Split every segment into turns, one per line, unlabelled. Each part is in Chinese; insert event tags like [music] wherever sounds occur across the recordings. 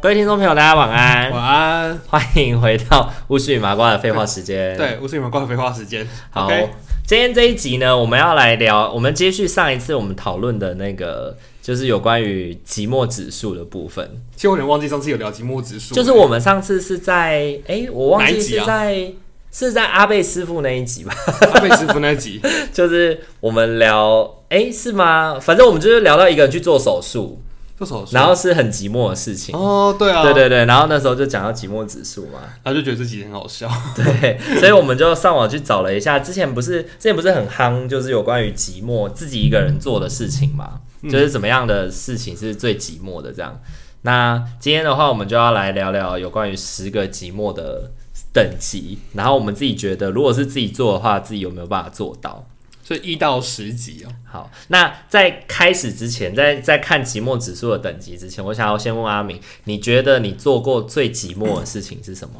各位听众朋友，大家晚安，
晚安。
欢迎回到巫师与麻瓜的废话时间。，
哎对，我是你们挂废话时间。
好
OK
今天这一集呢，我们要来聊，我们接续上一次我们讨论的那个，就是有关于寂寞指数的部分。
其实我有点忘记上次有聊寂寞指数，
就是我们上次是在，哎、我忘
哪
记
一集
是
啊
在、是在阿贝师傅那一集吧。 [laughs]
阿贝师傅那集，
就是我们聊，哎、是吗？反正我们就是聊到一个人去做手术，
做手术。
然后是很寂寞的事情。
哦，对啊，
对，对对，然后那时候就讲到寂寞指数嘛，
他就觉得这集很好笑。
对，所以我们就上网去找了一下，之前不是之前不是很夯，就是有关于寂寞自己一个人做的事情嘛，就是怎么样的事情是最寂寞的这样。那今天的话，我们就要来聊聊有关于十个寂寞的等级，然后我们自己觉得，如果是自己做的话，自己有没有办法做到？
所以一到十集哦，
好，那在开始之前，在在看寂寞指数的等级之前，我想要先问阿明，你觉得你做过最寂寞的事情是什么？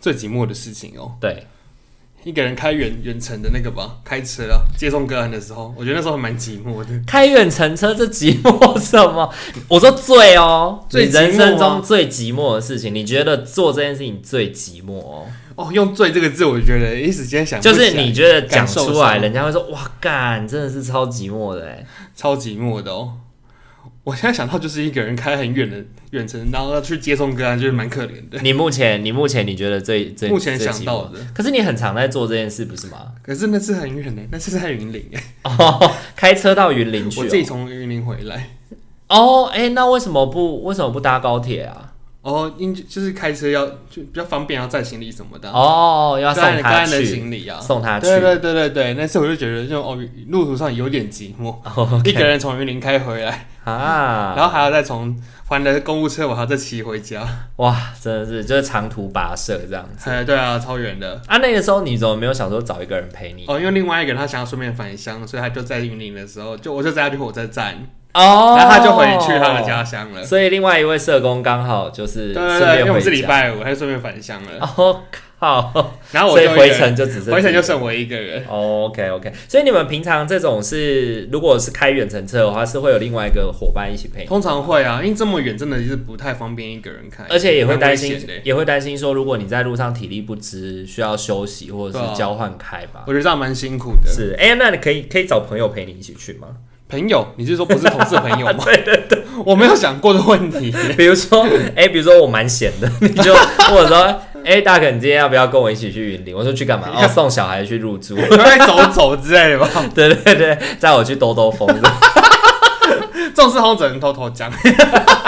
最寂寞的事情哦，
对，
一个人开远远程的那个吧，开车啊，接送个案的时候，我觉得那时候还蛮寂寞的。
开远程车这寂寞什么？我说最哦，
最
你人
寂寞
生
啊
中最寂寞的事情，你觉得做这件事情最寂寞哦？
哦，用“醉”这个字，我觉得一时间想不
就
起来
是你觉得讲
感受
出来，
上
人家会说哇干，真的是超寂寞的哎。
超寂寞的哦。我现在想到就是一个人开很远的远程，然后要去接送个案，就是蛮可怜的。
你目前你目前你觉得最最
目前
最
想
寂
到
寞
的，
可是你很常在做这件事不是吗？ [laughs]
可是那次很远呢，那次在云林哎，
哦，开车到云林去、哦，
我自己从云林回来。
哦，哎、那为什么不为什么不搭高铁啊？
哦，因就是开车要就比较方便，要载行李什么的啊，
哦，要
载
送
个
他
案的
去，
行李啊。
送他去。
对对对对对，那次我就觉得就哦，路途上有点寂寞，
哦
一个人从云林开回来，
啊，
然后还要再从还的公务车，我还要再骑回家。
哇，真的是就是长途跋涉这样子。
哎，对啊，超远的。
啊，那个时候你怎么没有想说找一个人陪你？
哦，因为另外一个人他想要顺便返乡，所以他就在云林的时候，就我就载他去火车站，
哦
然后他就回去他的家。乡了。
所以另外一位社工刚好就是
对
顺
对对，因为
便
我
回
们是礼
家。
拜五，他就顺便返乡了。
哦靠！
然后我
所以
就一个
回
人
程就只剩
回程就剩我一个人。
哦，OK，OK、OK OK，所以你们平常这种是，如果是开远程车的话，是会有另外一个伙伴一起陪你
通常会啊，因为这么远真的是不太方便一个人开，
而且也会
啊蛮
担
危险
心
的，
也会担心说，如果你在路上体力不支，需要休息或者
对
是
啊
交换开吧。
我觉得这样蛮辛苦的。
是，哎、那你可以可以找朋友陪你一起去吗？
朋友，你是说不是同事的朋友
[laughs]
吗？对对对，我没有想过的问题。
比如
[laughs]
说，哎、比如说我蛮闲的， [laughs] 你就或者说，哎、大可，你今天要不要跟我一起去云林？我说去干嘛？哦，送小孩去入住。 [laughs]
你会走走之类的吧，
对对对，载我去兜兜
[laughs]
风，
这种事好像只能偷偷讲。 [laughs]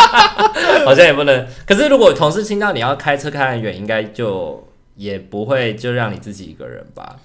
好像也不能。可是如果同事听到你要开车开很远，应该就也不会就让你自己一个人吧？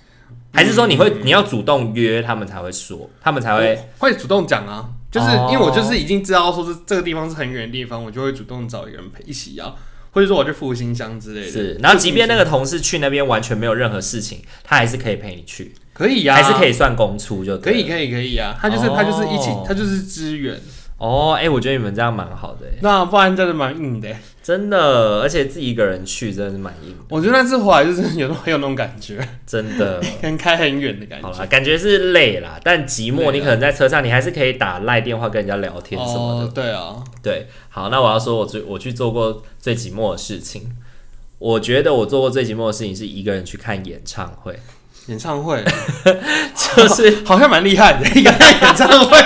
还是说你
嗯
会你要主动约他们才会说，他们才会
会主动讲啊，就是
哦
因为我就是已经知道说是这个地方是很远的地方，我就会主动找一个人陪一起啊，或者说我去复兴乡之类的。
是，然后即便那个同事去那边完全没有任何事情，他还是可以陪你去，
可以呀、
还是可
以，
以算公出就
可
对
以
了。
可以可以啊，他就是、他就是一起
哦，
他就是支援，
哦，哎、我觉得你们这样蛮好的、欸，
那不然真的蛮硬的欸。
真的，而且自己一个人去真的是蛮硬，
我觉得那次回来就是有很有那种感觉， [laughs]
真 [laughs] 的。
跟开很远的感觉
好。啦，感觉是累啦，但寂
累
寞，
啦
你可能在车上，你还是可以打赖电话跟人家聊天什么的。
哦，对啊，
对，好，那我要说我最我去做过最寂寞的事情，我觉得我做过最寂寞的事情是一个人去看演唱 [laughs] 会，
演唱会
就是
好像蛮厉害的，一 [laughs] 个人演唱 [laughs] 会，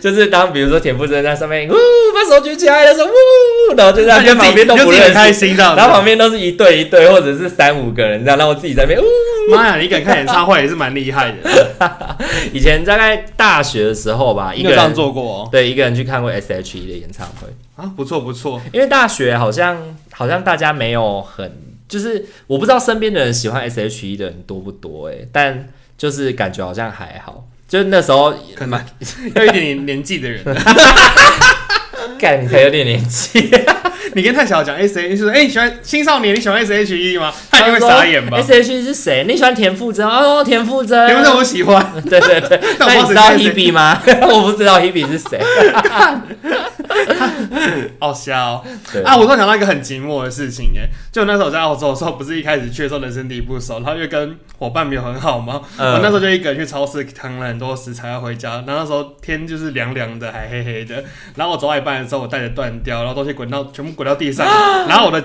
就是当比如说田馥甄在上面，呜，把手举起来的时候，呜，然后就这样跟旁边都不
啊你就自己
认
很开
识，
心这样子
然后旁边都是一对一对，或者是三五个人这样，然后我自己在那边，呜。
妈呀，你一个人看演唱会也是蛮厉害的，
以前大概大学的时候吧，
[laughs] 你
一
有
个
这样
人
做过哦？
对一个人去看过 S.H.E 的演唱会，
啊，不错不错，
因为大学好像好像大家没有很，就是我不知道身边的人喜欢 S.H.E 的人多不多哎、欸但就是感觉好像还好，就是那时候
可能 [laughs] 要一点年纪的人。
干你才有点年纪。
你跟太小讲 S H，就说哎、你喜欢青少年，你喜欢 S H E 吗？ [laughs] 他一定会
说
傻眼吧？
S H E 是谁？你喜欢田馥甄？哦，田馥甄。
因为我喜欢， [laughs]
对对对，那
但我
你
不
知
知
道
道
Hebe 吗？ [laughs] 我不知道 Hebe 是
[laughs]
谁。
好笑哦、
对
啊！我突然想到一个很寂寞的事情耶，就那时候我在澳洲的时候，不是一开始去的时候人生地不熟，然后又跟伙伴没有很好嘛，
嗯
我那时候就一个人去超市扛了很多食材要回家，然后那时候天就是凉凉的，还黑黑的，然后我走到一半的时候，我带着断掉，然后东西滚到全部滚到
[laughs]
地上，然后我的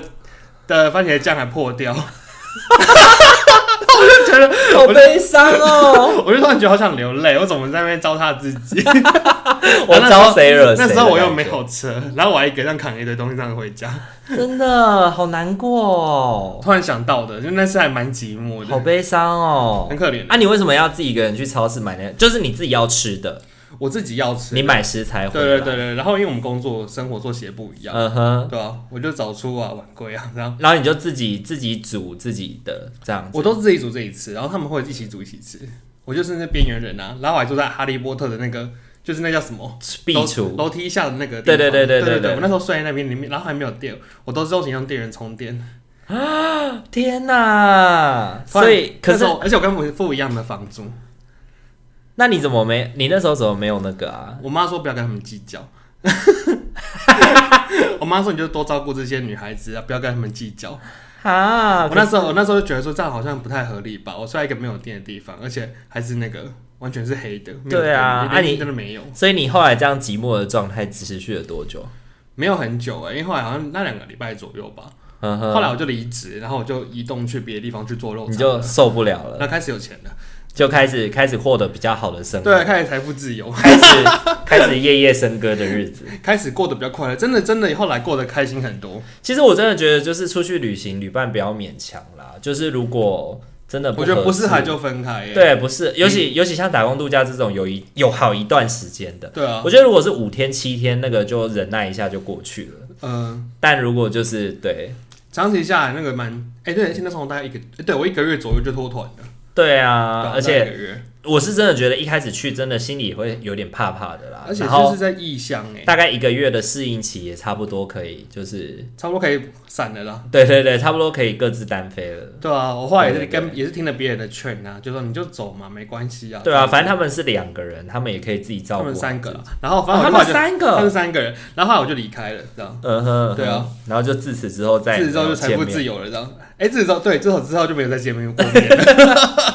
的番茄酱还破掉，
好悲伤哦！
[laughs] 我就突然觉得好想流泪，我怎么在那边糟蹋
[laughs]
自己？
我招谁惹谁？
那时候我又没，有车，然后我还一个人扛一堆东西这样回家，
真的好难过哦，
突然想到的，就那次还蛮寂寞
好
的，
悲伤哦
很。可怜。
啊，你为什么要自己一个人去超市买那？就是你自己要吃的，
我自己要吃，
你买食材回
对
来。
对对对，然后因为我们工作生活作息也不一样，
嗯哼，
对啊，我就早出啊晚归啊， [laughs] 然后
然后你就自己自己煮自己的这样子。
我都是自己煮自己吃，然后他们会一起煮一起吃，我就是那边缘人啊，然后我还住在哈利波特的那个，就是那叫什么？
壁
楼
橱，
楼梯下的那个地方，
对对对对
对
对对
我那时候睡在那边里面，然后还没有电，我都是用用电源充电。
天哪！所以，可
那
是
时候而且我跟我付一样的房租，
那你怎么没？你那时候怎么没有那个啊？
我妈说不要跟他们计较。 [laughs] 我妈说你就多照顾这些女孩子啊，不要跟他们计较。
啊，
我那时候我那时候就觉得说这样好像不太合理吧，我睡在一个没有电的地方，而且还是那个完全是黑的，没有
对啊
灯
啊
连
你
灯真的没有，
所以你后来这样寂寞的状态持续了多久？
没有很久哎、因为后来好像那两个礼拜左右吧，
嗯哼，
后来我就离职，然后我就移动去别的地方去做肉
你
肠
就
了，
受不了了，
那开始有钱了，
就开始开始获得比较好的生活，
对，，啊开始财富自由，
开始开始夜夜笙歌的日子。
开始过得比较快乐，真的真的后来过得开心很多，
其实我真的觉得，就是出去旅行，旅伴不要勉强啦。就是如果真的不
我觉得不适合
还
就分开、欸，
对，不是，尤其、尤其像打工度假这种有一有好一段时间的，
对啊，
我觉得如果是五天七天，那个就忍耐一下就过去了。
嗯、
但如果就是对
长期下来那个蛮，哎、对，现在从大概一个，欸对我一个月左右就脱团了，
对
对
啊，
啊
而
大概
且
一个月，
我是真的觉得一开始去真的心里会有点怕怕的啦，
而且
然后
就是在异乡哎，
大概一个月的适应期也差不多可以，就是
差不多可以散了啦。
对对对，差不多可以各自单飞了。
对啊，我后来也是
对对
跟也是听了别人的劝啊，就说你就走嘛，没关系啊。
对啊，反正他们是两个人，他们也可以自己照顾
他
好
们
自己。
三个啦，然后
哦，
反
他
正我后来
们
就、
三
他
个
们，三个人，然后后来我就离开了，这样。
嗯哼，
对啊
嗯，然后就自此之后再也
自此之后
没有
就财富
见
自
面。
由了，这样。哎，自此之后，对，自此之后就没有再见面过
[laughs]
面了。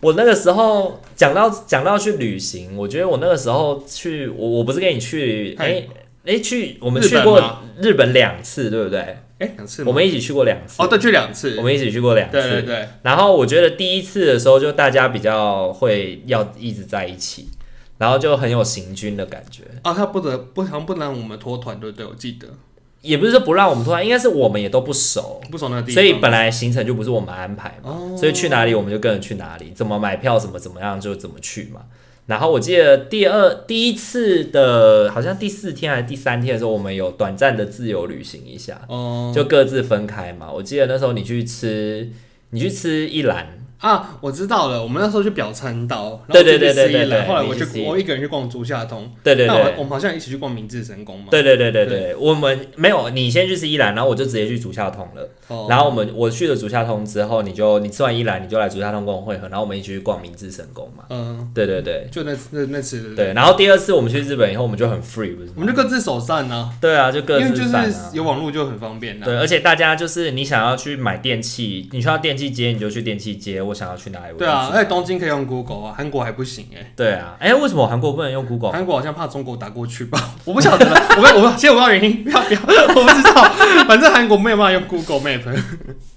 我那个时候讲到讲到去旅行，我觉得我那个时候去，我我不是跟你去，
嗨
哎哎去，我们
日
去
本
过
吗
日本两次，对不对？
哎，两次吗
我们一起去过两次
哦，，对，去两次
我。们一起去过两
对对
次。
对，
然后我觉得第一次的时候，就大家比较会要一直在一起，然后就很有行军的感觉。
哦，他不得不常不能我们脱团，对不对？我记得
也不是说不让我们突然，应该是我们也都不熟，
不熟那个地方，
所以本来行程就不是我们安排嘛，
哦
所以去哪里我们就跟着去哪里，怎么买票怎么怎么样就怎么去嘛。然后我记得第二第一次的，好像第四天还是第三天的时候，我们有短暂的自由旅行一下，
哦
就各自分开嘛。我记得那时候你去吃，你去吃一兰，
啊，我知道了。我们那时候去表参道，然
对
后
对对
我自
对
己
对
一人
对
后来我
你
去
自己
我一个人去逛竹下通，
对对
那我
对
我。们好像一起去逛明治神宫嘛。
对对对对对，我们没有，你先去吃一兰，然后我就直接去竹下通了。
哦，
然后我们我去了竹下通之后，你就你吃完一兰，你就来竹下通跟我汇合，然后我们一起去逛明治神宫嘛。
嗯，
对对对
就那那那次，
对。然后第二次我们去日本以后，我们就很 free，不是
我
吗？
们就各自手散呢、
对啊，就各
因为
自
就是
散啊。
有网络就很方便啊啦、
对，啊而且大家就是你想要去买电器，你需要电器街，你就去电器街。我想要去哪里，我就
对啊，
去
而且东京可以用 Google 啊，韩国还不行哎、
对啊，哎，为什么韩国不能用 Google？
韩国好像怕中国打过去吧？ [laughs] 我不晓得，我不我不其实我不知道原因， [laughs] 不要不要，我不知道， [laughs] 反正韩国没有办法用 Google Map，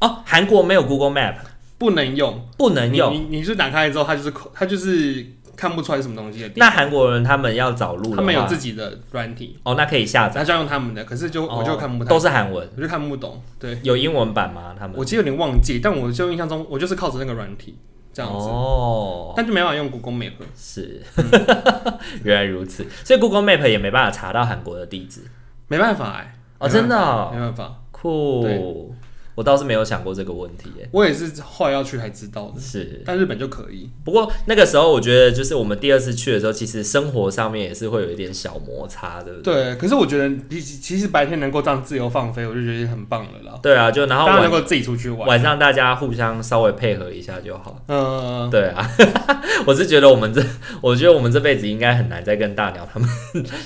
哦，韩国没有 Google Map，
不能用，
不能用。
你你你是打开之后，它就是它就是看不出来什么东西的地
那韩国人他们要找路的
方，
话，
他们有自己的软体，
哦，那可以下载，
然后就要用他们的，可是就我就看不
哦都
懂，
是韩文，
我就看不懂，对，
有英文版吗？他们
我其实有点忘记，但我就印象中我就是靠着那个软体这样子，
哦，
但就没办法用 Google Map。
是，
嗯
[laughs] 原来如此，所以 Google Map 也没办法查到韩国的地址
没办法哎、
哦，真的、哦、
没办法。对
酷。我倒是没有想过这个问题、耶。
我也是后来要去才知道的，
是，
但日本就可以。
不过那个时候我觉得，就是我们第二次去的时候，其实生活上面也是会有一点小摩擦，对不对？
对，可是我觉得比起其实白天能够这样自由放飞，我就觉得很棒了啦。
对啊，就然后
当然能
晚
够自己出去玩，
晚上大家互相稍微配合一下就好。
嗯， [laughs]
对啊， [laughs] 我是觉得我们这， [laughs] 我觉得我们这辈子应该很难再跟大鸟他们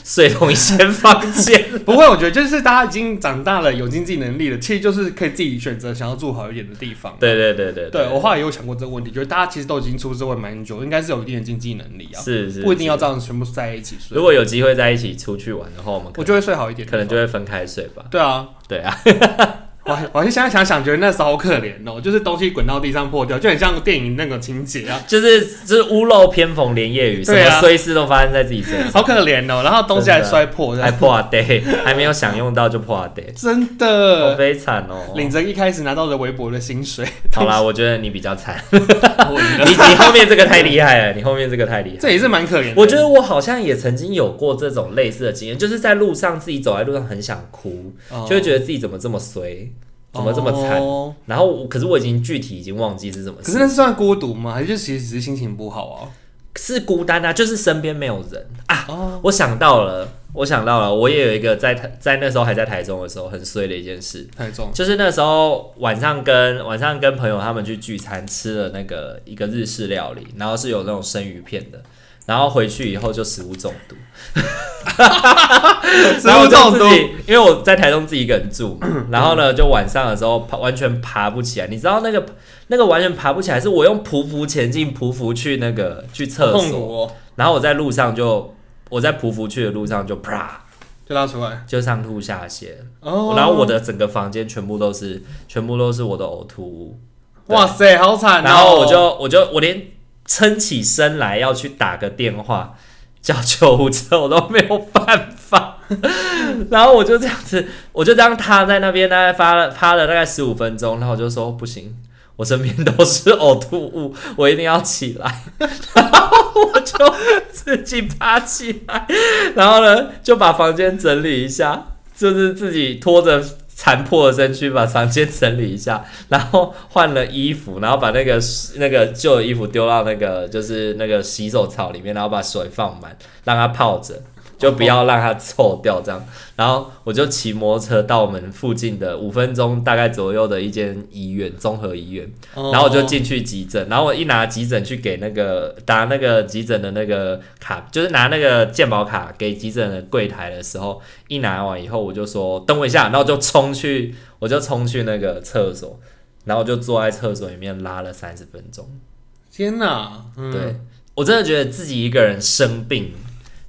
睡同一间房间。
不会，我觉得就是大家已经长大了，有经济能力了，其实就是可以自己选择想要住好一点的地方。
对对对对
对，我后来也有想过这个问题，就是大家其实都已经出社会蛮久，应该是有一定的经济能力啊，
是是
不一定要
是
这样全部在一起睡
如。果有机会在一起出去玩的话，我们可
我就会睡好一点，
可能就会分开睡吧。
对啊。
对啊，
我还我还现在想想，觉得那时候好可怜哦，就是东西滚到地上破掉，就很像电影那个情节啊，
就是就是屋漏偏逢连夜雨，什
对啊
么衰事都发生在自己身上。
好可怜哦。然后东西还摔破，
[laughs] 还破 day，还没有享用到就破 day，
真
好
的。
悲惨哦。
呃领着一开始拿到的微薄的
[laughs]
薪水，
好啦，我觉得你比较惨， [laughs]
我赢了
你你后面这个太厉害
[laughs]
了，你后面这个太厉害。
这也是蛮可怜的。
我觉得我好像也曾经有过这种类似的经验，就是在路上自己走在路上很想哭，
哦
就会觉得自己怎么这么衰，怎么这么惨。
哦
然后我可是我已经具体已经忘记是什么
可
事，
是那是算孤独吗？还是其实只是心情不好啊？
是孤单啊，就是身边没有人啊。
哦
我想到了，我想到了，我也有一个在台在那时候还在台中的时候很衰的一件事，
太重，
就是那时候晚上跟晚上跟朋友他们去聚餐，吃了那个一个日式料理，然后是有那种生鱼片的，然后回去以后就食物中毒，
食
然后
物
我就
中毒
自己，因为我在台中自己一个人住嘛，然后呢就晚上的时候爬完全爬不起来，你知道那个那个完全爬不起来，是我用匍匐前进，匍匐去那个去厕
痛
所，
苦哦，
然后我在路上就我在匍匐去的路上就啪
就拉出来。
就上吐下泻，
哦，
然后我的整个房间全部都是全部都是我的呕吐物。
哇塞，好惨哦！
然后我就我就我连撑起身来要去打个电话叫救护车，我都没有办法。 [laughs] 然后我就这样子，我就这样趴在那边，大概发了趴了大概十五分钟，然后我就说不行，我身边都是呕吐物，我一定要起来。然后我就 [laughs] 自己爬起来，然后呢就把房间整理一下，就是自己拖着残破的身躯把房间整理一下， [laughs] 然后换了衣服，然后把那个那个旧的衣服丢到那个就是那个洗手槽里面，然后把水放满，让它泡着，就不要让它臭掉这样。然后我就骑摩托车到我们附近的五分钟大概左右的一间医院，综合医院，
哦，
然后我就进去急诊，然后我一拿急诊去给那个打那个急诊的那个卡，就是拿那个健保卡给急诊的柜台的时候，一拿完以后我就说等我一下，然后我就冲去，我就冲去那个厕所，然后就坐在厕所里面拉了三十分钟。
天哪，嗯
对，我真的觉得自己一个人生病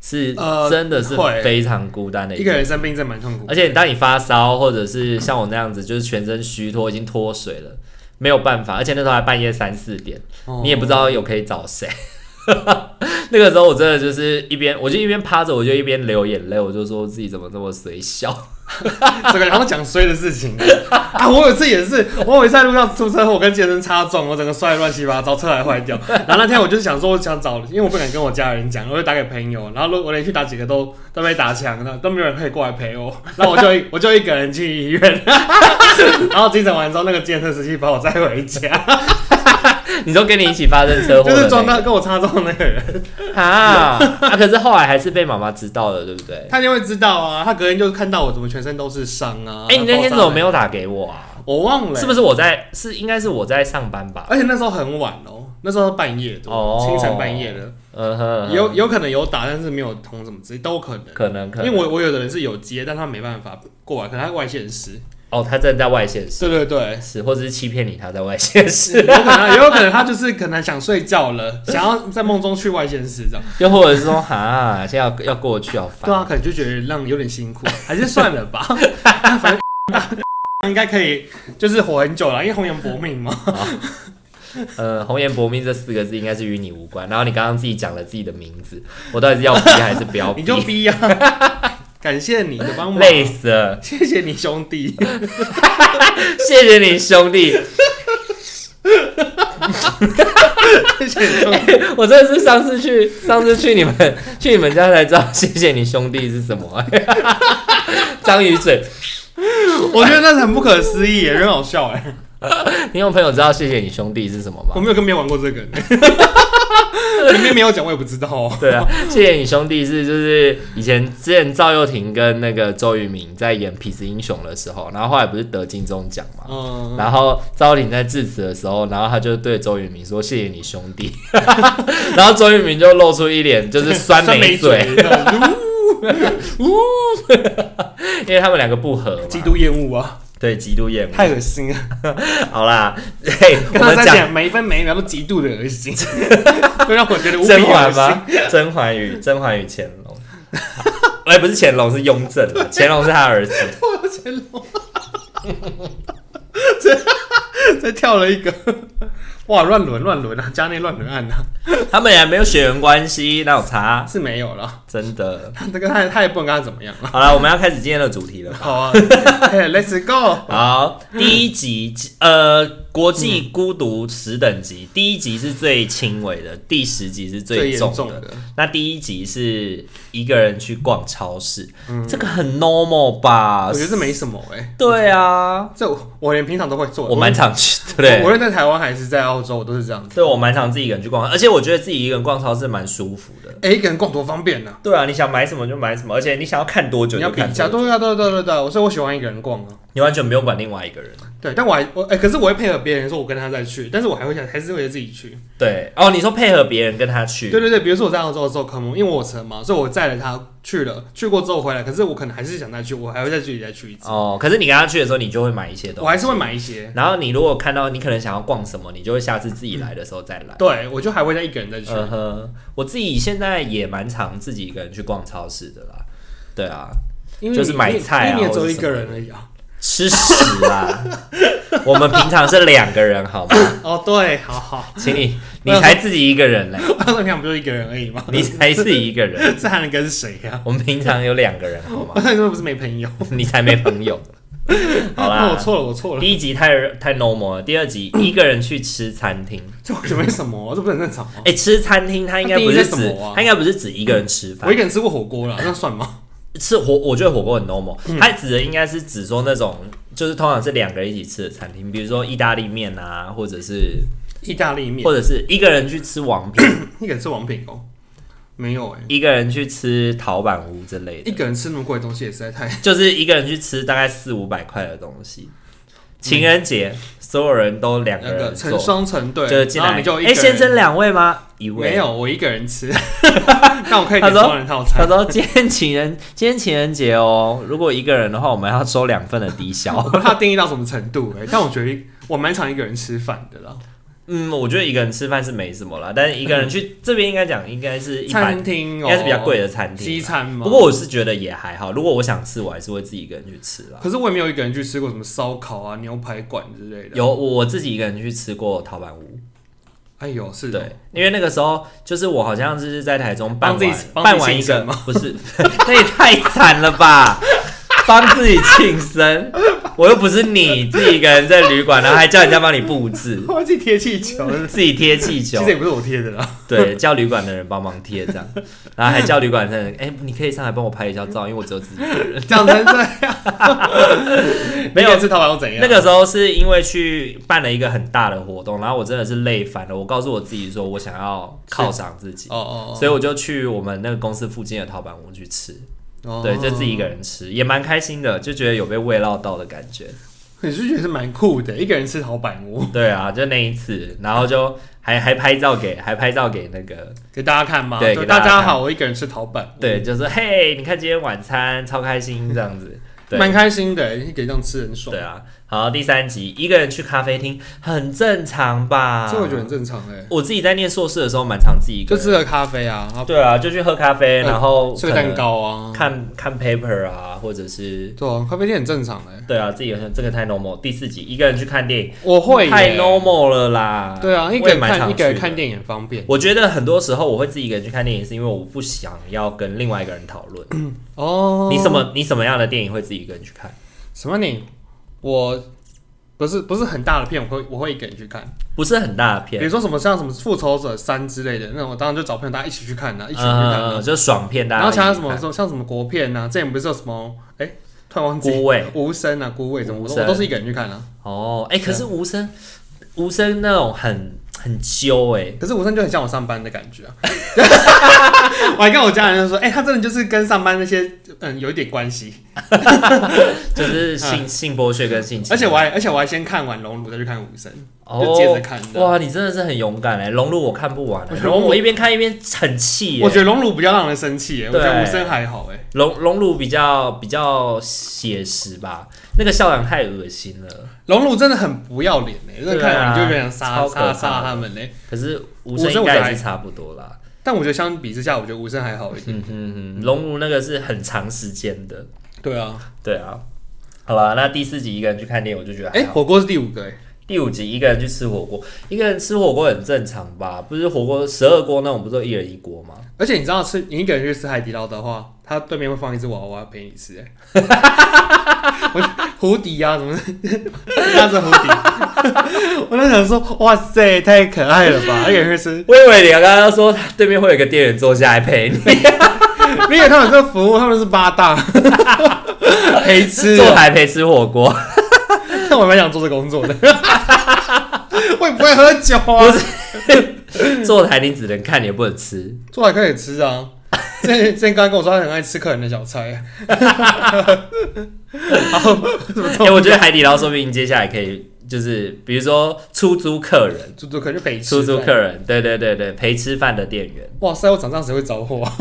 是
呃
真的是
会
非常孤单的一
一
件
个人生病真蛮痛苦
而。且当你发烧，或者是像我那样子，就是全身虚脱，已经脱水了，没有办法。而且那时候还半夜三四点，
哦
你也不知道有可以找谁。 [laughs] 那个时候我真的就是一边，我就一边趴着，我就一边流眼泪，我就说自己怎么这么随笑。
[laughs] 这个然后讲衰的事情啊，我有一次也是，我有一次在路上出车祸，我跟健身擦撞，我整个摔得乱七八糟，车还坏掉。然后那天我就是想说，我想找，因为我不敢跟我家人讲，我就打给朋友，然后我连续打几个都都被打枪了，都没有人可以过来陪我，然后
[laughs]
我就一我就一个人去医院，然后急诊完之后，那个健身司机把我载回
[laughs]
家，
[laughs] 你说跟你一起发生车祸的
就
那个，
是撞到跟我擦撞那个人，
啊啊！可是后来还是被妈妈知道了，对不对？
他就会知道啊，他隔天就看到我怎么全身都是伤啊。
哎、你那天怎么没
有？
有打给我啊？
我忘了欸、
是不是我在？是应该是我在上班吧？
而且那时候很晚哦，那时候半夜多，
哦
清晨半夜的，
嗯哼，嗯哼
有有可能有打，但是没有通什么之类都可能。
可能可
因
能，
为我我有的人是有接，但他没办法过来，可能他外线师。
哦，他正在外县市。
对对对，
是，或者是欺骗你他在外县市，
有可能也有可能他就是可能想睡觉了，想要在梦中去外线师
[laughs]
这样。
[laughs] 又或者是说，哈，现在要要过去好烦。
对啊，可能就觉得让有点辛苦， [laughs] 还是算了
[laughs]
吧。反正 [laughs] 应该可以，就是活很久了，因为红颜薄
[laughs]
命嘛。
呃，红颜薄命这四个字应该是与你无关。然后你刚刚自己讲了自己的名字，我到底是要逼还是不 [laughs] 要逼
你？就逼啊！感谢你的帮忙，
累死了，
谢谢你兄弟。 [laughs]
谢谢你兄弟，
谢谢你兄弟
我真的是上次去上次去你们 [laughs] 去你们家才知道谢谢你兄弟是什么，章鱼嘴。
我觉得那是很不可思议耶，很好笑哎！
你有朋友知道谢谢你兄弟是什么
[laughs] 我
吗？
没有跟别人玩过
[laughs]
这个，里面没有讲，我也不知道哦。
对啊，谢谢你兄弟是就是以前之前赵又廷跟那个周渝民在演《痞子英雄》的时候，然后后来不是得金钟奖嘛，
嗯，
然后赵又廷在致辞的时候，然后他就对周渝民说：“谢谢你兄弟。” [laughs] 然后周渝民就露出一脸就是酸梅嘴，
这样子，
[laughs]
[laughs]
因为他们两个不合嘛，
极度厌恶啊，
对极度厌恶。
太恶心了！
好啦，
[laughs]
嘿，我
跟他
们
在
讲
讲每一分每一秒都极度的
[laughs]
恶心，会让我觉得无比
甄
恶
嬛
心。
吗？甄嬛与甄嬛与乾隆， [laughs] 哎，不是乾隆是雍正啊，乾隆是他儿子。
乾隆，这这跳了一个，哇，乱伦乱伦啊，家内乱伦案啊，
他们俩没有血缘关系，那有差？
是没有了。
真的。
那个他他也不能跟他怎么样了。
好了，我们要开始今天的主题了。
好 [laughs] 啊嘿，Let's go。
好，第一集，呃，国际孤独十等级，第一集是最轻微的，第十集是
最
最
严
重
重
的。
的，
那第一集是一个人去逛超市，这个很 normal 吧？
我觉得这没什么哎、
对啊，
这我我连平常都会做。
我蛮常去，对不对？
我无论在台湾还是在澳洲，我都是这样子。
对，我蛮常自己一个人去逛，而且我觉得自己一个人逛超市蛮舒服的。
哎，一个人逛多方便呢、
对啊，你想买什么就买什么，而且你想要看多久
你要
就
比
看
价，
多久，
对啊，对啊对啊对啊对啊，所以我喜欢一个人逛啊。
你完全不用管另外一个人。
对，但我还我哎、可是我会配合别人说，我跟他再去，但是我还会想，还是会自己去。
对，哦，你说配合别人跟他去，
对对对，比如说我在澳洲的时候，可能因为我有车嘛，所以我载了他去了，去过之后回来，可是我可能还是想再去，我还会再去再去一次，
哦，可是你跟他去的时候，你就会买一些
我
东西。
还是会买一些。
然后你如果看到你可能想要逛什么，你就会下次自己来的时候再来。
对，我就还会再一个人再去。
嗯哼，我自己现在也蛮常自己一个人去逛超市的啦。对啊，
因为
就是
你
买菜啊
因为你也
或
只有
者
一
什
个
么
人而已啊。
吃屎
[laughs]
啦！我们平常是两个人好吗？
哦，对，好好， [laughs]
请你，你才自己一个人嘞，
我平常不就一个人而已吗？ [laughs]
你才自己一个人。
这还能跟谁呀、
我们平常有两个人好
我
吗？
[laughs] 那时候不是没朋友。
你才没朋
[laughs]
友。好
那 [laughs] 我
啦，
错了，我错了，
第一集太太 normal 了，第二集一个人去吃餐厅。
这我觉得为什么？这不是很正常
[laughs]
吗？
哎、吃餐厅它应该不
它
是
定义在
指
什么啊
它应该不是指一个人吃
我
饭
一，个人吃过火锅了，那算吗？
吃火我觉得火锅很 normal，、它
嗯
指的应该是指说那种就是通常是两个人一起吃的餐厅，比如说意大利面啊，或者是
意大利面
或，者是一个人去吃王品，
一个人吃王品哦，没有哎、
一个人去吃陶板屋之类的，
一个人吃那么贵的东西也实在太……
就是一个人去吃大概四五百块的东西。情人节所有人都两个
那嗯个
人
成
做，
双成对，
就是进
然
来，
后你就一
哎、
个人
先生两位吗？一位
没。有，我一个人
[laughs]
吃，那我可以
他
点
说
双人套
他
餐。
说：“今天情人，今天情人节哦。如果一个人的话，我们要收两份的低
我
消。 [laughs]
[laughs] 不知道定义到什么程度哎、但我觉得我蛮常一个人吃饭的啦。
嗯，我觉得一个人吃饭是没什么啦，但是一个人去这边应该讲应该是一般，
餐厅、
应
哦、哦
该是比较贵的餐
西
厅。
餐吗？
不过我是觉得也还好，如果我想吃，我还是会自己一个人去吃啦。
可是我也没有一个人去吃过什么烧烤啊、牛排馆之类的。
有，我我自己一个人去吃过陶板屋，
哎呦，是的，
对，因为那个时候就是我好像就是在台中办
帮自己
完
帮
办
自己
完一
庆生
个，不是， [laughs] 那也太惨了吧！帮自己庆生，我又不是你自己一个人在旅馆，然后还叫人家帮你布置，
[laughs] 我忘记贴气
[laughs]
球了，
自己贴气
其
球
实，也不是我贴的啦。 [laughs]
对，叫旅馆的人帮忙贴这样，然后还叫旅馆的人，哎、你可以上来帮我拍一下照，因为我只有自己一个人。 [laughs]
讲成这样，
没有
一个人吃淘宝又怎样？
那个时候是因为去办了一个很大的活动，然后我真的是累烦了，我告诉我自己说我想要犒赏自己，
哦哦
所以我就去我们那个公司附近的陶板屋去吃。
哦，
对，就自己一个
人，
人吃，也蛮开心的，就觉得有被慰劳到的感觉。
你是觉得是蛮酷的，一个人吃陶板屋
对啊，就那一次，然后就还还拍照给，还拍照给那个，
给大家看吗？
对
就
给大
大
家
家
看
好，我一个人吃陶板，
对，就说嘿，你看今天晚餐超开心这样子。对
蛮开心的，一个人这样吃很爽
对。啊，好，第三集一个人去咖啡厅很正常吧？
这我觉得很正常哎，
我自己在念硕士的时候蛮常自己一个
就
人，
吃个咖啡啊，然后
对啊，就去喝咖啡，
嗯
然后
吃个蛋糕啊
可能，看看 paper 啊，或者是
对啊，咖啡店很正常哎。
对啊，自己很这个太 normal。第四集一个人去看电影，
我会耶
太 normal 了啦。
对啊，一
我
个
也
人
蛮常
看一个人
去的
看电影很方便
我觉得很多时候我会自己一个人去看电影，是因为我不想要跟另外一个人讨论。
哦。
你什么你什么样的电影会自己一个人去看？
什么电影？我不是不是很大的片，我会我会一个人去看。
不是很大的
比如
片，
说什么像什么复仇者三之类的，那我当然就找朋友大家一起去看呐、一起去看、
嗯，
啊。
就爽片，大家
然后其他
一起
什么
看
像什么国片呐、啊，之前不是有什么哎、突然忘记
孤味
无声啊，孤味什么，我
无
都
声
我都是一个人去看啊。
哦，哎、可是无声，无声那种很很揪哎、
可是无声就很像我上班的感觉啊。 [laughs] 我还跟我家人说，哎、他真的就是跟上班那些嗯有一点关系，
就是性、性剥削跟性侵害，
嗯而且我还而且我还先看完龙乳，再去看无声，就
嗯哦
接着看的。
哇，你真的是很勇敢哎、龙路我看不完、
我
欸，
觉得
龙
我
我一边看一边很气、欸，
我觉得龙乳比较让人生气耶，我觉得
对
无声还好哎。
龙龙乳比较比较写实吧，那个校长太恶心了。
龙乳真的很不要脸哎，真的
对啊
看完就有点杀
超可怕
杀
的
杀他们嘞。
可是无
无
声
声
应
我觉得
该
还
也是差不多啦。
但我觉得相比之下，我觉得无声还好一点。
嗯哼哼，龙乳那个是很长时间的，
对啊，
对啊。好啦，那第四集一个人去看电影，我就觉得
哎、
还好。
火锅是第五个哎，
第五集一个人去吃火锅，一个人吃火锅很正常吧？不是火锅十二锅那种，不是都一人一锅吗？
而且你知道吃你一个人去吃海底捞的话，他对面会放一只娃娃陪你吃哎。 [laughs] 我胡迪啊，怎么是拉着胡迪？ [laughs] 我在想说，哇塞，太可爱了吧！一个人去吃，
我以为你刚刚说他对面会有一个店员坐下来陪
[laughs]
你，
没有他们这服务，他们是八 [laughs] 大陪吃哦
坐台陪吃火锅， [laughs]
但我蛮想做这工作的。我也不会喝酒啊，
坐台你只能看，你也不能
[laughs]
吃。
做还可以吃啊。之前之前刚刚跟我说他很爱吃客人的小菜，
哎、我觉得海底捞说不定接下来可以，就是比如说出租客人、
猪猪客人就陪吃。
出租客，人，对对对对，陪吃饭的店员，
哇塞，我长这样谁会着火啊？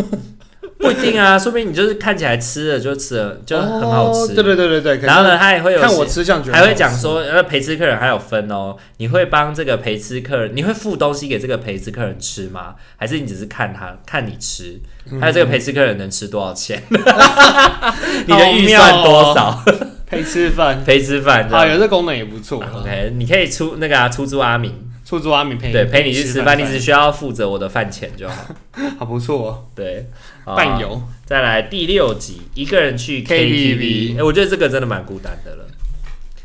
不一定啊，说不定你就是看起来吃了就吃了，就很好吃。
哦对对对对对。可能
然后呢，他也会有
看我吃相，觉得
还
很好
会讲说，那陪吃客人还有分哦，你会帮这个陪吃客人，你会付东西给这个陪吃客人吃吗？还是你只是看他看你吃？还有这个
嗯
陪吃客人能吃多少
[laughs]
钱？你的预算
哦
多少？
[laughs] 陪
[laughs]
吃饭
陪吃饭这
啊，
样。
有这功能也不错啊。
OK，你可以出那个啊，出租阿明，
出租阿米陪
对，陪你去吃
吃
饭，你只需要负责我的饭钱就好。
[laughs] 好不错哦， [laughs]
对，啊
伴。游
再来第六集，一个人去
KTV
KTV，哎、我觉得这个真的蛮孤单的了。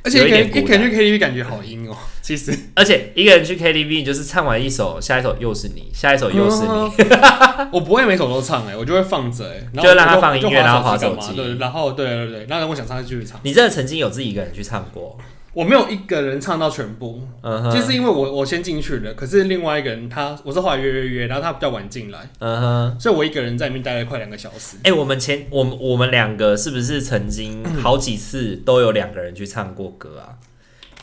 而且一
有
个
一
人
点
一
孤
个
单
人去 KTV 感觉好阴哦，其实
而且一个人去 KTV，你就是唱完一首，下一首又是你，下一首 [laughs] 又是
嗯
你，
[laughs] 我不会每首都唱哎、我就会放着哎、然后
就让它放音乐
就
然后滑
手
手
干嘛
机
对，然后对对对，那我想唱就去唱。
你真的曾经有自己一个人去唱过？
我没有一个人唱到全部，
嗯哼，
就是因为我我先进去了，可是另外一个人他我是后来约约约，然后他比较晚进来，
嗯哼。
所以我一个人在里面待了快两个小时。
哎、我们前我们我们两个是不是曾经
嗯
好几次都有两个人去唱过歌啊？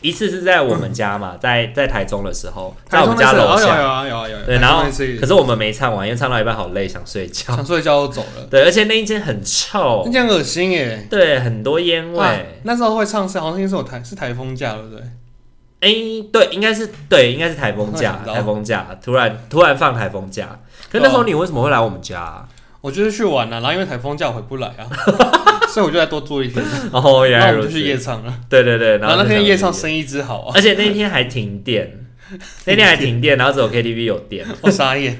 一次是在我们家嘛，在在台中的时候，在我们家楼
嗯台中那
下，
次有啊有啊有啊有啊有啊，
对，然后
台中那次
可是我们没唱完，因为唱到一半好累，想睡觉。
想睡觉就走了，
对，而且那一间很臭
那，这样恶心耶、
对，很多烟味。
啊那时候会唱是好像是我台是台风假对不对？
哎、对，应该是对，应该是台风假
我突然想，到哦
台风假突然突然放台风假。可是那时候你为什么会来我们家、啊？
我就是去玩啊了、然后因为台风假我回不来
[laughs]
啊，所以我就再多住一天，
哦，原
然
来
后我
如
们就
此。
去夜唱了。
对对对，
然后
就
那天
想
夜唱
去
生意之好
[laughs]
啊，
而且那天还停电，那天还停电，然后只有 KTV 有电。
我傻眼。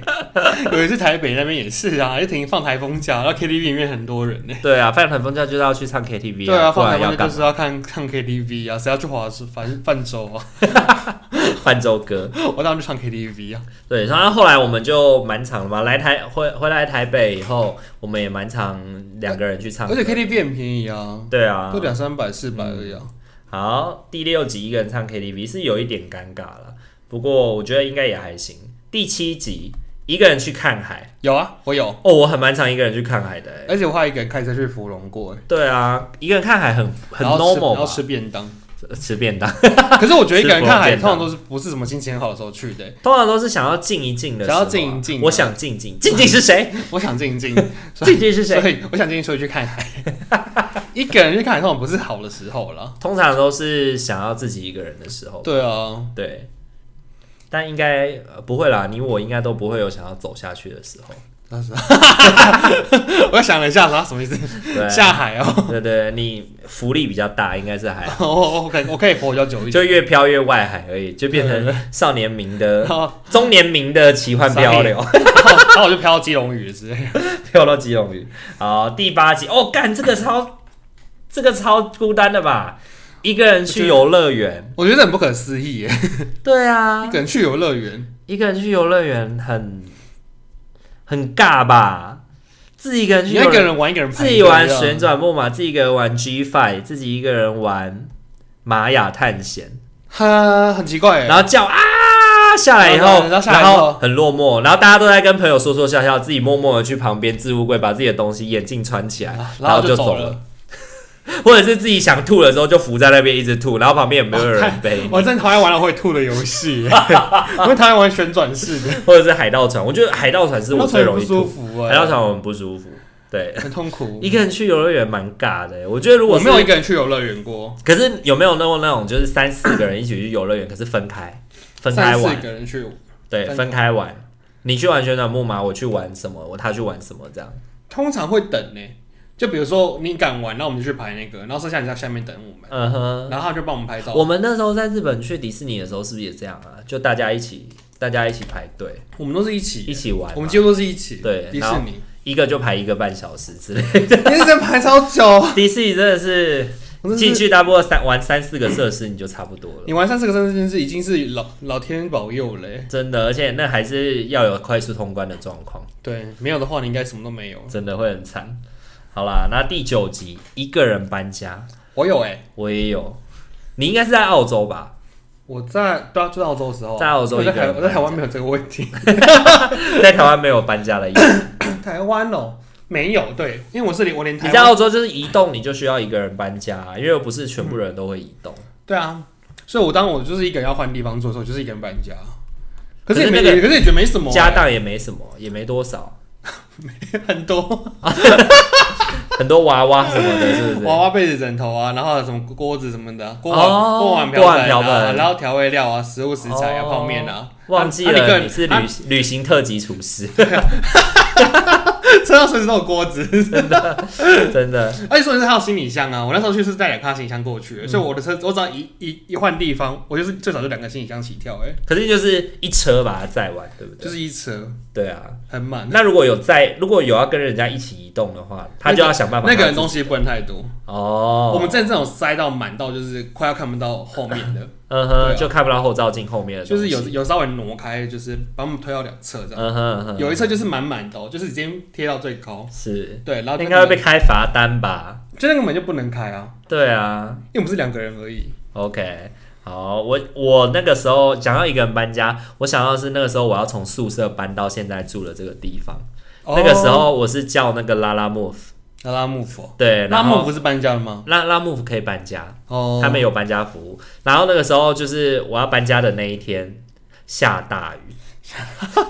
有一次台北那边也是啊，就停放台风假，然后 KTV 里面很多人呢、
对啊，放台风假就是要去唱 KTV，
对啊，
不
放台
然
风
要
假
干
就是要看看 KTV 啊，谁要去华泛泛舟啊？
泛舟歌。
我当然去唱 KTV 啊。
对，然后后来我们就蛮长的嘛，来台回回来台北以后，我们也蛮常两个人去唱歌。
而且 KTV 很便宜啊，
对啊嗯
都，两三百、四百而已啊。
好，第六集一个人唱 KTV 是有一点尴尬了，不过我觉得应该也还行。第七集一个人去看海，
有啊，我有，
哦，我很蛮常一个人去看海的、欸。
而且我还一个人开车去芙蓉过、欸，
对啊，一个人看海很很
然后吃然
normal
后
吧
吃便当。
吃吃便当，
可是我觉得一个人看海
吃芙蓉便
通
当
常都是不是什么心情很好的时候去的欸、
通常都是想要静一静的时候啊，
想要静一静啊
我想静静，静静是谁？
我想静
[laughs]
静， [laughs] 所以
静静是谁？
所以我想静静说去看海。一个人去看海通常不是好的时候了。
通常都是想要自己一个人的时候。
对啊，
对，但应该、呃不会啦，你我应该都不会有想要走下去的时候。
那是。我想了一下，啥什么意思？
对，啊
下海哦。
对对，你浮力比较大，应该是还好。
[laughs] 我我可以我可以活比较久一点。
就越飘越外海而已，就变成少年民的 [laughs]
然、后
中年民的奇幻漂流，
然后然后我就飘到基隆屿之类的。
[laughs] 漂到基隆屿。好，第八集哦，干这个超，这个超孤单的吧？一个人去游乐园，
我觉得很不可思议耶，
对
一
啊，
个人去游乐园，
一个人去游乐园很很尬吧？自己一个人
你
去
要
游
一个
轮，
人玩，一个人啊
自己玩旋
旋转，
转木马，自己一个人玩 G Five，自己一个人玩玛雅探险，
哈，很奇怪
然后
欸。
叫啊。下来以
然
后
哦后，然后下来
然
以后
后很落寞，然后大家都在跟朋友说说笑笑，自己默默的去旁边置物柜把自己的东西眼镜穿起来，
啊
然
然后
后
就
走
走
了
了。
或者是自己想吐的时候就伏在那边一直吐，然后旁边也没有人背
[laughs]
你，
我真的讨厌玩了会吐的游戏欸，我很讨厌玩旋转式的，
或者是海盗船。我觉得海盗船是我
那
最
很
容
不
易
舒
吐，
服
海盗
哎，
船我很不舒服。对，
很痛苦。
一个人去游乐园蛮尬的、我觉得如
我
果
没有一
是，
个人去游乐园过，
可是有没有那种那种就是三四个人一起去游乐园，可是分开分
三
开
四
玩，
个人去，
对，
分
分开玩。你去玩旋转木马，我去玩什么，我他去玩什么，这样
通常会等呢。就比如说你敢玩，那我们就去排那个，然后剩下你在下面等我们，
嗯哼。
然后他就帮我们拍照。
我们那时候在日本去迪士尼的时候，是不是也这样啊？就大家一起，大家一起排队，
我们都是一起，
一起玩
我
嘛，
们几乎都是一起。
对
迪士
然后
尼，
一个就排一个半小时
[laughs]
之类的
你是在排超久，
迪士尼真的是
我真的是
进去大部分三玩三四个设施你就差不多了，
你玩三四个真的是已经是老老天保佑了欸。
真的，而且那还是要有快速通关的状况，
对，没有的话你应该什么都没有。
真的会很惨。好啦，那第九集一个人搬家，
我有哎、欸，
我也有，你应该是在澳洲
[laughs]
吧？
我在对啊，就在澳洲的时候啊，
在澳洲
我在
一个
台
人
我在台湾没有这个问题。
在台湾没有搬家的意思，
[laughs] 台湾哦，没有对，因为我是连我连
你
台
在
湾
澳洲就是移动，你就需要一个人搬家、啊因为又不是全部人都会移动。
对啊，所以我当我就是一个人要换地方住的时候，就是一个人搬家。可是
可
也
是
没，
那个
可是也觉得没什么欸、欸
家当也没什么，也没多少，
很多
很多娃娃什么的，是不是？
娃娃被子、枕头啊，然后什么锅子什么的啊，锅碗、
哦
锅碗
锅
瓢
碗瓢
盆啊，
盆
然后调味料啊，食物食材啊，
哦
泡面啊， [laughs]
忘记
啊啊你
了
个
你是旅、
啊
旅行特级厨师， [laughs]
车上随时都有锅子，
真的。
而且说你是还有行李箱啊，我那时候去是带两卡行李箱过去
嗯
的，所以我的车我只要一一一换地方，我就是最少就两个行李箱起跳、欸，哎，
可是就是一车把它载完，对不对？
就是一车
对啊。
很满。
那如果有载，如果有要跟人家一起移动的话，他就要想办法
那个
让自
人
己。
东西不能太多，
哦，
我们真的这种塞到满到就是快要看不到后面的，
嗯
对
哼，
啊
就看不到后照镜后面的
就
东西，
是有有稍微挪开，就是把我们推到两侧这样。
嗯哼嗯哼，
有一侧就是满满的、哦，就是已经贴到最高，
是
对，然后
应该会被
被
开罚单吧？
就那个门就不能开啊，
对啊
因为我们是两个人而已。
，OK。好，我我那个时候想要一个人搬家，我想到是那个时候我要从宿舍搬到现在住的这个地方。
哦
那个时候我是叫那个拉拉木夫，
拉拉幕府，
对，
拉
然
幕
后
府是搬家的吗？
拉拉木夫可以搬家，
哦，
他们有搬家服务。然后那个时候就是我要搬家的那一天下大
[laughs]
雨，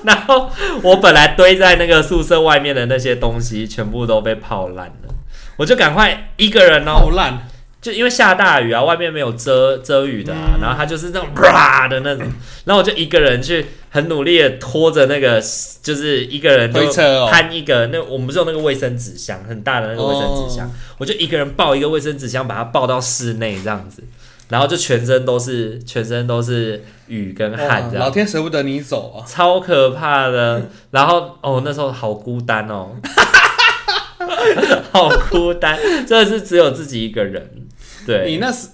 然后我本来堆在那个宿舍外面的那些东西全部都被泡烂了，我就赶快一个人哦，
好烂，
就因为下大雨啊，外面没有遮遮雨的
嗯
啊，然后它就是那种啪的那种，然后我就一个人去很努力的拖着那个，就是一个人就
推车哦
摊一个那我们不是有那个卫生纸箱，很大的那个卫生
哦
纸箱，我就一个人抱一个卫生纸箱，把它抱到室内这样子，然后就全身都是全身都是雨跟汗
哇
这
哦老
样。
天舍不得你走啊。
超可怕的，然后哦，那时候好孤单
[laughs]
哦，好孤单，真的是只有自己一个人，对，
你那是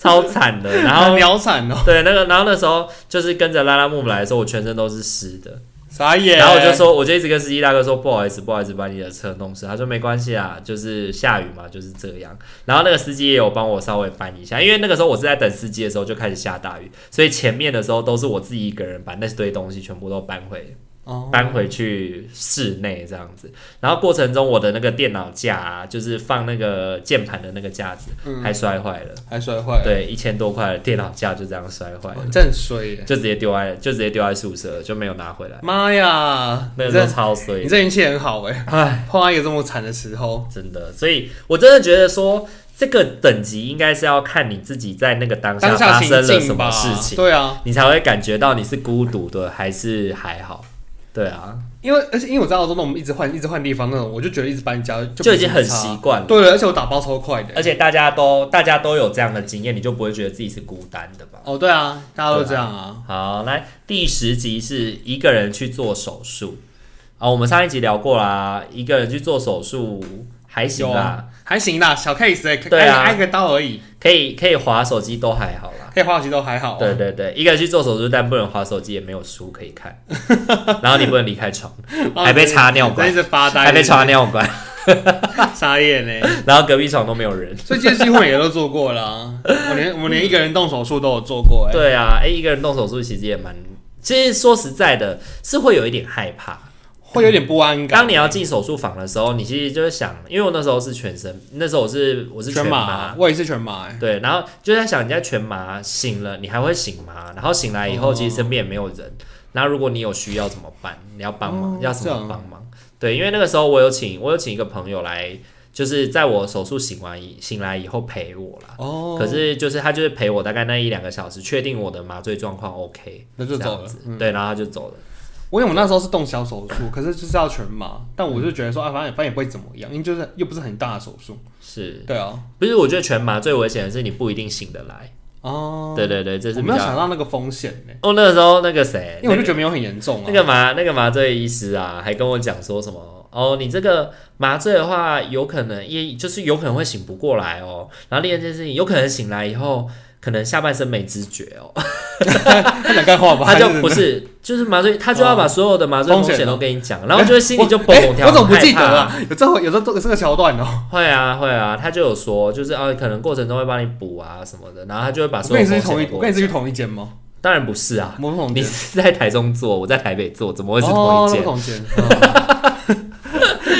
超惨的。然
很
后
潦惨哦，
对那个，然后那时候就是跟着拉拉木来的时候，我全身都是湿的。
傻眼。
然后我就，说，我就一直跟司机大哥说，不好意思，不好意思，把你的车弄湿。他说没关系啊，就是下雨嘛，就是这样。然后那个司机也有帮我稍微搬一下，因为那个时候我是在等司机的时候就开始下大雨，所以前面的时候都是我自己一个人把那堆东西全部都搬回
哦，
搬回去室内这样子。然后过程中我的那个电脑架啊，就是放那个键盘的那个架子，
嗯
还摔坏了。
还摔坏了，
对，一千多块的电脑架就这样摔坏了
哦，你真的很衰耶！
就直接丢在就直接丢在宿舍了，就没有拿回来。
妈呀，
那个
你
时候
这
超衰
你
的，
这运气很好哎，唉，碰到一个这么惨的时候，
真的。所以我真的觉得说，这个等级应该是要看你自己在那个当
当
发
下情
生了什
境吧
么事，情，
对啊，
你才会感觉到你是孤独的还是还好。对啊，
因为而且因为我在澳洲那种一直换一直换地方那种，我就觉得一直搬家就
就已经很
习
习惯了。
对了，而且我打包超快的
而
欸，
且大家都大家都有这样的经验，你就不会觉得自己是孤单的吧？
哦，对啊，大家都
对啊
这样啊，
好，来第十集是一个人去做手术啊、我们上一集聊过啦，一个人去做手术。还行
有
啦，
啊，还行啦，小 case 欸
对
挨
啊
挨个刀而已，
可以可以划手机都还好啦。
可以花其实都还好啊。
对对对，一个去做手术，但不能划手机，也没有书可以
[laughs]
看，然后你不能离开床，
然后
还被插尿
啊真
管，
是发 [laughs] 呆，
还被插尿管，
[laughs] 傻眼呢。
然后隔壁床都没有人。
所以这些机会也都做
[laughs]
过啦，我连我连一个人动手术都有做过哎、
对啊，哎、一个人动手术其实也蛮，其实说实在的，是会有一点害怕。
会有点不安感。
当你要进手术房的时候，你其实就是想，因为我那时候是全身，那时候我是我是
全
麻
麻，，我也是全麻、欸，
对，然后就在想，人家全麻醒了，你还会醒吗？然后醒来以后，
哦
其实身边也没有人。然后如果你有需要怎么办？你要帮忙，
哦
要什
这
么
样
帮忙？对，因为那个时候我有请，我有请一个朋友来，就是在我手术醒完以醒来以后陪我啦。
哦，
可是就是他就是陪我大概那一两个小时，确定我的麻醉状况 OK，
那就
这
走
样
了嗯
子。对，然后他就走了。
我因为我那时候是动小手术，可是就是要全麻，但我就觉得说啊，反正反正也不会怎么样，因为就是又不是很大的手术。
是，
对啊，
不是？我觉得全麻最危险的是你不一定醒得来。
哦，
对对对，这是
我
比
没
较。
有想到那个风险呢、
哦，那个时候那个谁，
因为我就觉得没有很严重啊。
那个麻那个麻醉医师啊，还跟我讲说什么哦，你这个麻醉的话，有可能也就是有可能会醒不过来哦。然后另一件事情，有可能醒来以后，可能下半身没知觉哦。
他讲干话
[laughs]
吧，
他就
哦还是哦
不是，就是麻醉，他就要把所有的麻醉
风
风
险
险
哦
都跟你讲，然后就会心里就
我
蹦蹦
欸
跳。
我怎么不
很害
记得
怕
啊？有这会有这有这个桥段哦。
会啊会啊，他就有说，就是啊，可能过程中会帮你补啊什么的，然后他就会把
我
所
跟
有
你是
风险
去
都
同一，
跟
我
我
跟你是去
讲
同一间吗？
当然不是啊，
不是
[laughs]
同
你
间，
是在台中做，我在台北做，怎么
我
会是同一件？
同间。哦 [laughs]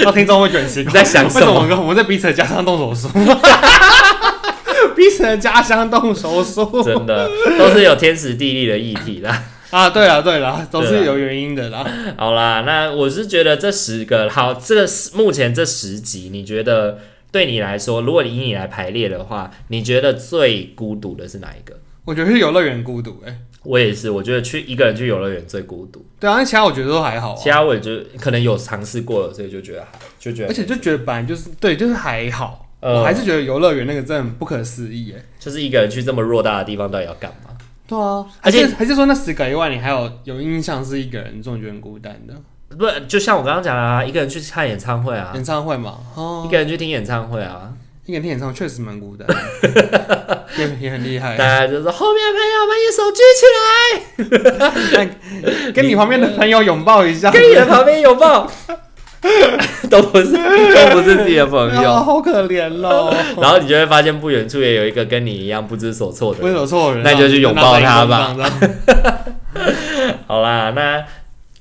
那听众会觉得很奇怪，
你在想
为
什
什
么
么我们我们在彼此的家乡动手术？ [laughs] 彼此的家乡动手术
真的都是有天时地利的议题啦。
啊！对了对了，都
对啊
是
啦
有原因的啦。
好啦，那我是觉得这十个好，这个是目前这十集，你觉得对你来说，如果以你来排列的话，你觉得最孤独的是哪一个？
我觉得是游乐园孤独哎、欸，
我也是，我觉得去一个人去游乐园最孤独，
对啊，那其他我觉得都还好啊
其，他我也就可能有尝试过了，所以就觉得还就觉
而
得
且就觉得本来就是对，就是还好。
呃
我还是觉得游乐园那个真的很不可思议哎、
就是一个人去这么偌大的地方，到底要干嘛？
对啊，
而
而
且
且还是说那十个以外，你还有有印象是一个人，这种觉得很孤单的、
不，就像我刚刚讲的啊，一个人去看演唱会啊，
演唱会嘛？哦，
一个人去听演唱会啊，
一个人听演唱会确实蛮孤单的，
[laughs]
也也很厉
大
害。
家就说后面的朋友把你手举起来。
跟你旁边的朋友拥抱一
[laughs]
下，
跟你的旁边拥抱， [laughs] 都不是都不是自己的朋 [laughs]
啊
友，
好可怜哦
[laughs]
喽，
然后你就会发现不远处也有一个跟你一样不知所措的
我
人。
有错人啊，
那就去拥抱他吧
那反应就是这样。
好啦，那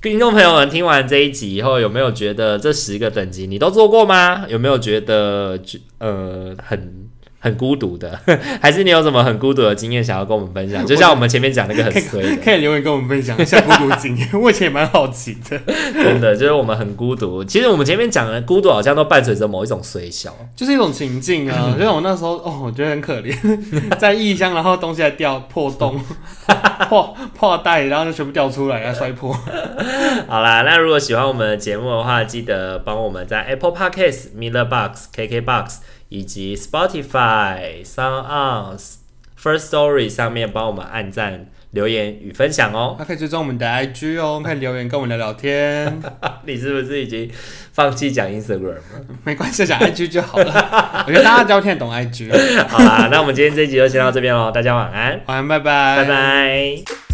听众朋友们听完这一集以后，有没有觉得这十个等级你都做过吗？有没有觉得呃很？很孤独的， [laughs] 还是你有什么很孤独的经验想要跟我们分享？就像我们前面讲那个很衰 [laughs] 的，
[laughs] 可以留言跟我们分享一下孤独经 [laughs] 验，我以前也蛮好奇的，
真的就是我们很孤独。其实我们前面讲的孤独好像都伴随着某一种衰小，啊
就是一种情境啊。就像我那时候，哦，我觉得很可怜， [laughs] 在异乡，然后东西还掉破洞、 [laughs] 破破袋，然后就全部掉出来，然后摔 [laughs] 破。
好啦，那如果喜欢我们的节目的话，记得帮我们在 Apple Podcast、Miller Box、KK Box 以及 Spotify、Sound On、First Story 上面帮我们按赞、留言与分享哦。 [laughs]
那可以追踪我们的 IG 哦，可以留言跟我们聊聊天，
你是不是已经放弃讲 Instagram 了？
[laughs]
[laughs]
没关系，讲 IG 就好了。我觉得大家聊天懂 IG，
好啦，那我们今天这一集就先到这边喽，大家晚安，
晚安，拜拜，
拜拜